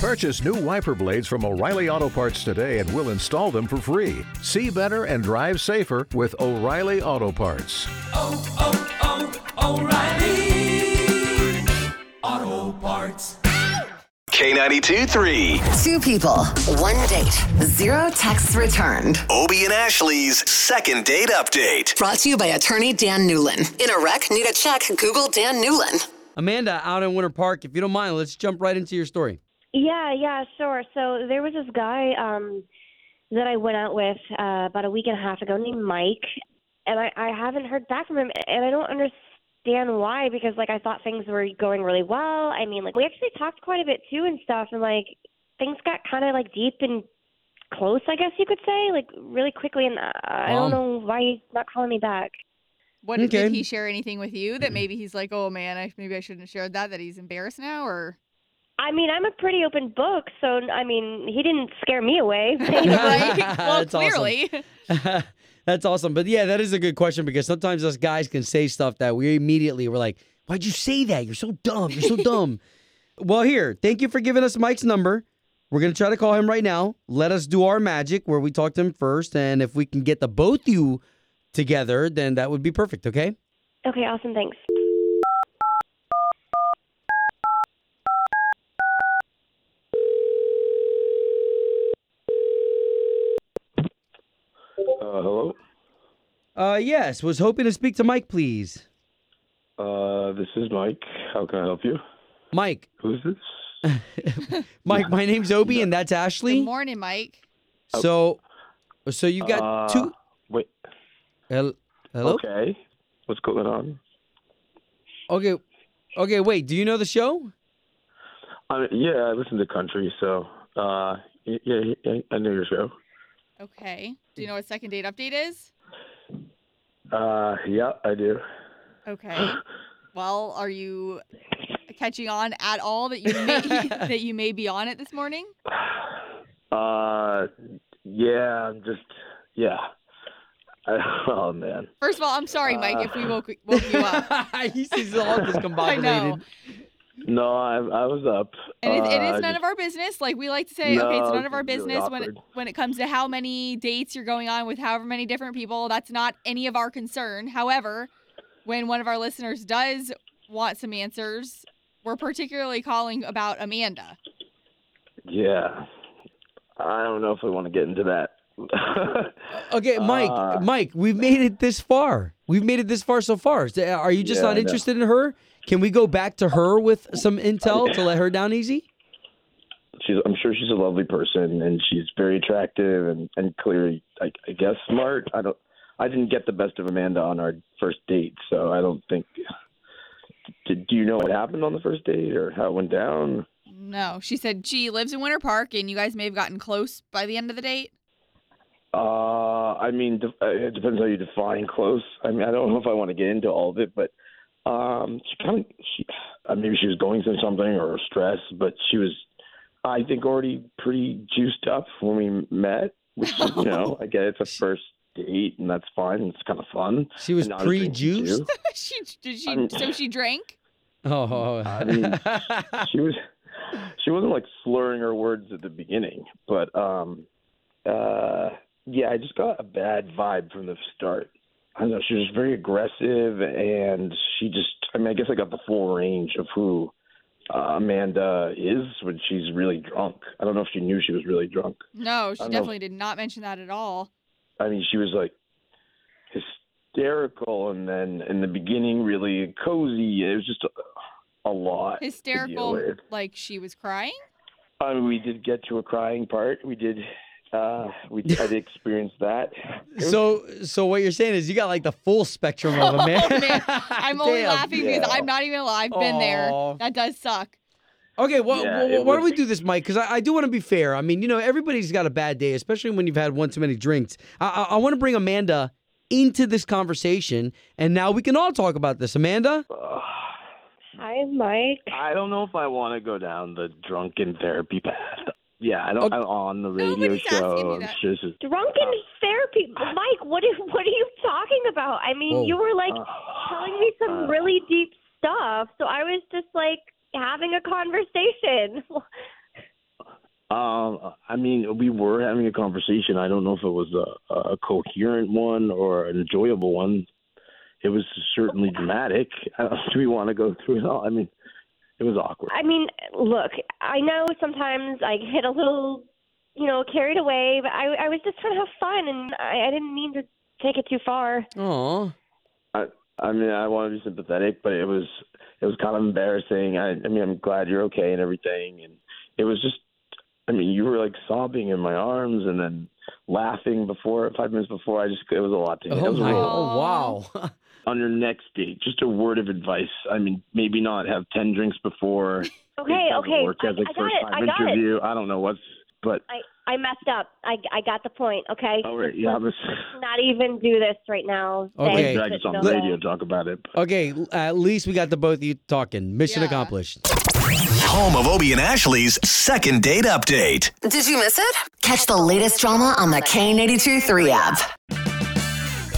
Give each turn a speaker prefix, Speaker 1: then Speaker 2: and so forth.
Speaker 1: Purchase new wiper blades from O'Reilly Auto Parts today and we'll install them for free. See better and drive safer with O'Reilly Auto Parts.
Speaker 2: oh, oh, O'Reilly. Auto parts.
Speaker 3: K92 3.
Speaker 4: Two people, one date, zero texts returned.
Speaker 3: Obie and Ashley's second date update.
Speaker 4: Brought to you by attorney Dan Newlin. In a wreck, need a check, Google Dan Newlin.
Speaker 5: Amanda out in Winter Park, if you don't mind, let's jump right into your story.
Speaker 6: Yeah, yeah, sure. So there was this guy um, that I went out with uh, about a week and a half ago named Mike, and I, I haven't heard back from him, and I don't understand why because like I thought things were going really well. I mean, like we actually talked quite a bit too and stuff, and like things got kind of like deep and close, I guess you could say, like really quickly, and uh, I
Speaker 5: Wow.
Speaker 6: don't know why he's not calling me back.
Speaker 7: What did- did
Speaker 5: Okay.
Speaker 7: he share anything with you that maybe he's like, oh man, I maybe I shouldn't have shared that. That he's embarrassed now, or
Speaker 6: I mean, I'm a pretty open book, so I mean, he didn't scare me away.
Speaker 7: Right? well,
Speaker 5: That's awesome.
Speaker 7: clearly.
Speaker 5: That's awesome. But yeah, that is a good question because sometimes us guys can say stuff that we immediately were like, why'd you say that? You're so dumb. You're so dumb. well, here, thank you for giving us Mike's number. We're going to try to call him right now. Let us do our magic where we talk to him first. And if we can get the both you together, then that would be perfect. Okay.
Speaker 6: okay, awesome, thanks.
Speaker 8: Uh, hello.
Speaker 5: Uh, yes. Was hoping to speak to Mike, please.
Speaker 8: Uh, this is Mike. How can I help you?
Speaker 5: Mike.
Speaker 8: Who's this?
Speaker 5: Mike, my name's Obi, and that's
Speaker 7: Good
Speaker 5: Ashley.
Speaker 7: morning, Mike.
Speaker 5: So, so you got
Speaker 8: Uh,
Speaker 5: two.
Speaker 8: Wait.
Speaker 5: Hel- Hello.
Speaker 8: Okay. What's going on?
Speaker 5: Okay. Okay, wait. Do you know the show?
Speaker 8: I mean, yeah, I listen to country, so uh, y- yeah, y- I know your show.
Speaker 7: Okay. Do you know what second date update is?
Speaker 8: Uh, yeah, I do.
Speaker 7: Okay. well, are you catching on at all that you may that you may be on it this morning?
Speaker 8: Uh, yeah, I'm just yeah. I, oh man.
Speaker 7: First of all, I'm sorry, Mike, if we woke, woke you up.
Speaker 5: He's he's all
Speaker 7: I know.
Speaker 5: discombobulated.
Speaker 8: No, I, I was up.
Speaker 7: And it, it
Speaker 8: Uh,
Speaker 7: is none of our business. Like we like to say, okay, it's
Speaker 8: No,
Speaker 7: none of our
Speaker 8: it's really
Speaker 7: business when it,
Speaker 8: awkward.
Speaker 7: when it comes to how many dates you're going on with however many different people. That's not any of our concern. However, when one of our listeners does want some answers, we're particularly calling about Amanda.
Speaker 8: Yeah. I don't know if we want to get into that.
Speaker 5: Okay, Mike.
Speaker 8: Uh,
Speaker 5: Mike, we've made it this far. We've made it this far so far. So, uh, Are you just
Speaker 8: Yeah, I
Speaker 5: not
Speaker 8: know.
Speaker 5: interested in her? Can we go back to her with some intel to let her down easy?
Speaker 8: she's I'm sure she's a lovely person and she's very attractive and and clearly I, I guess smart. I don't I didn't get the best of Amanda on our first date, so I don't think. Did, do you know what happened on the first date or how it went down?
Speaker 7: No, she said she lives in Winter Park, and you guys may have gotten close by the end of the date.
Speaker 8: Uh, I mean, de- uh, it depends how you define close. I mean, I don't know if I want to get into all of it, but um, she kind of she uh, maybe she was going through something or stressed, but she was, I think, already pretty juiced up when we met. Which you know, I get it's a first date and that's fine. and It's kind of fun.
Speaker 5: She was
Speaker 8: And I drinking too.
Speaker 5: pre-juiced?
Speaker 7: she did she
Speaker 8: I'm-
Speaker 7: so she drank.
Speaker 5: Oh.
Speaker 8: I mean, she was she wasn't like slurring her words at the beginning, but um uh yeah, I just got a bad vibe from the start. I don't know, she was very aggressive and she just I mean, I guess I got the full range of who uh, Amanda is when she's really drunk. I don't know if she knew she was really drunk.
Speaker 7: No, she
Speaker 8: I know.
Speaker 7: definitely did not mention that at all.
Speaker 8: I mean, she was like hysterical and then in the beginning really cozy. It was just a, a lot. to deal
Speaker 7: Hysterical,
Speaker 8: with.
Speaker 7: like she was crying.
Speaker 8: I mean, we did get to a crying part. We did. Uh, we I did experience that.
Speaker 5: so so what you're saying is you got like the full spectrum of a man.
Speaker 7: Oh, man, I'm only
Speaker 5: Damn.
Speaker 7: laughing because
Speaker 8: yeah.
Speaker 7: I'm not even alive. I've been
Speaker 5: Aw.
Speaker 7: there. That does suck.
Speaker 5: Okay, well,
Speaker 8: Yeah,
Speaker 5: well,
Speaker 8: it
Speaker 5: why don't
Speaker 8: was-
Speaker 5: we do this, Mike? Because I, I do want to be fair. I mean, you know, everybody's got a bad day, especially when you've had one too many drinks. I, I, I want to bring Amanda into this conversation, and now we can all talk about this. Amanda,
Speaker 8: Ugh.
Speaker 6: Hi, Mike.
Speaker 8: I don't know if I want to go down the drunken therapy path. Yeah, I don't.
Speaker 5: Okay.
Speaker 8: I'm on the radio
Speaker 7: Nobody's asking
Speaker 8: show.
Speaker 7: me
Speaker 8: I'm
Speaker 7: that.
Speaker 8: sure this is-
Speaker 6: Drunken therapy, Mike. What are what are you talking about? I mean,
Speaker 5: Whoa.
Speaker 6: you were like telling me some
Speaker 8: Oh, uh.
Speaker 6: really deep stuff, so I was just like having a conversation.
Speaker 8: Um, I mean, we were having a conversation. I don't know if it was a, a coherent one or an enjoyable one. It was certainly dramatic. I don't, do we want to go through it all? I mean, it was awkward.
Speaker 6: I mean, look, I know sometimes I get a little, you know, carried away, but I, I was just trying to have fun, and I, I didn't mean to take it too far.
Speaker 5: Aw.
Speaker 8: I, I mean, I want to be sympathetic, but it was it was kind of embarrassing. I, I mean, I'm glad you're okay and everything, and it was just, I mean, you were like sobbing in my arms and then laughing before five minutes before. I just it was a lot to me. it
Speaker 5: Oh,
Speaker 8: was
Speaker 5: my,
Speaker 8: a real
Speaker 5: oh wow.
Speaker 8: on your next date, just a word of advice. I mean, maybe not have ten drinks before.
Speaker 6: Okay,
Speaker 8: It doesn't
Speaker 6: okay,
Speaker 8: Work
Speaker 6: I,
Speaker 8: ethic
Speaker 6: I got
Speaker 8: first
Speaker 6: it, I
Speaker 8: time
Speaker 6: got it.
Speaker 8: interview. I don't know what's, but
Speaker 6: I, I messed up. I, I got the point. Okay.
Speaker 8: all right, yeah, this.
Speaker 6: Not even do this right now.
Speaker 5: Okay.
Speaker 6: Thanks,
Speaker 8: I just
Speaker 6: but
Speaker 8: on the
Speaker 6: no.
Speaker 8: radio talk about it.
Speaker 5: okay, l- at least we got the both of you talking. Mission
Speaker 7: Yeah.
Speaker 5: accomplished.
Speaker 3: Home of Obie and Ashley's second date update.
Speaker 4: Did you miss it? Catch the latest drama on the K82 3 app.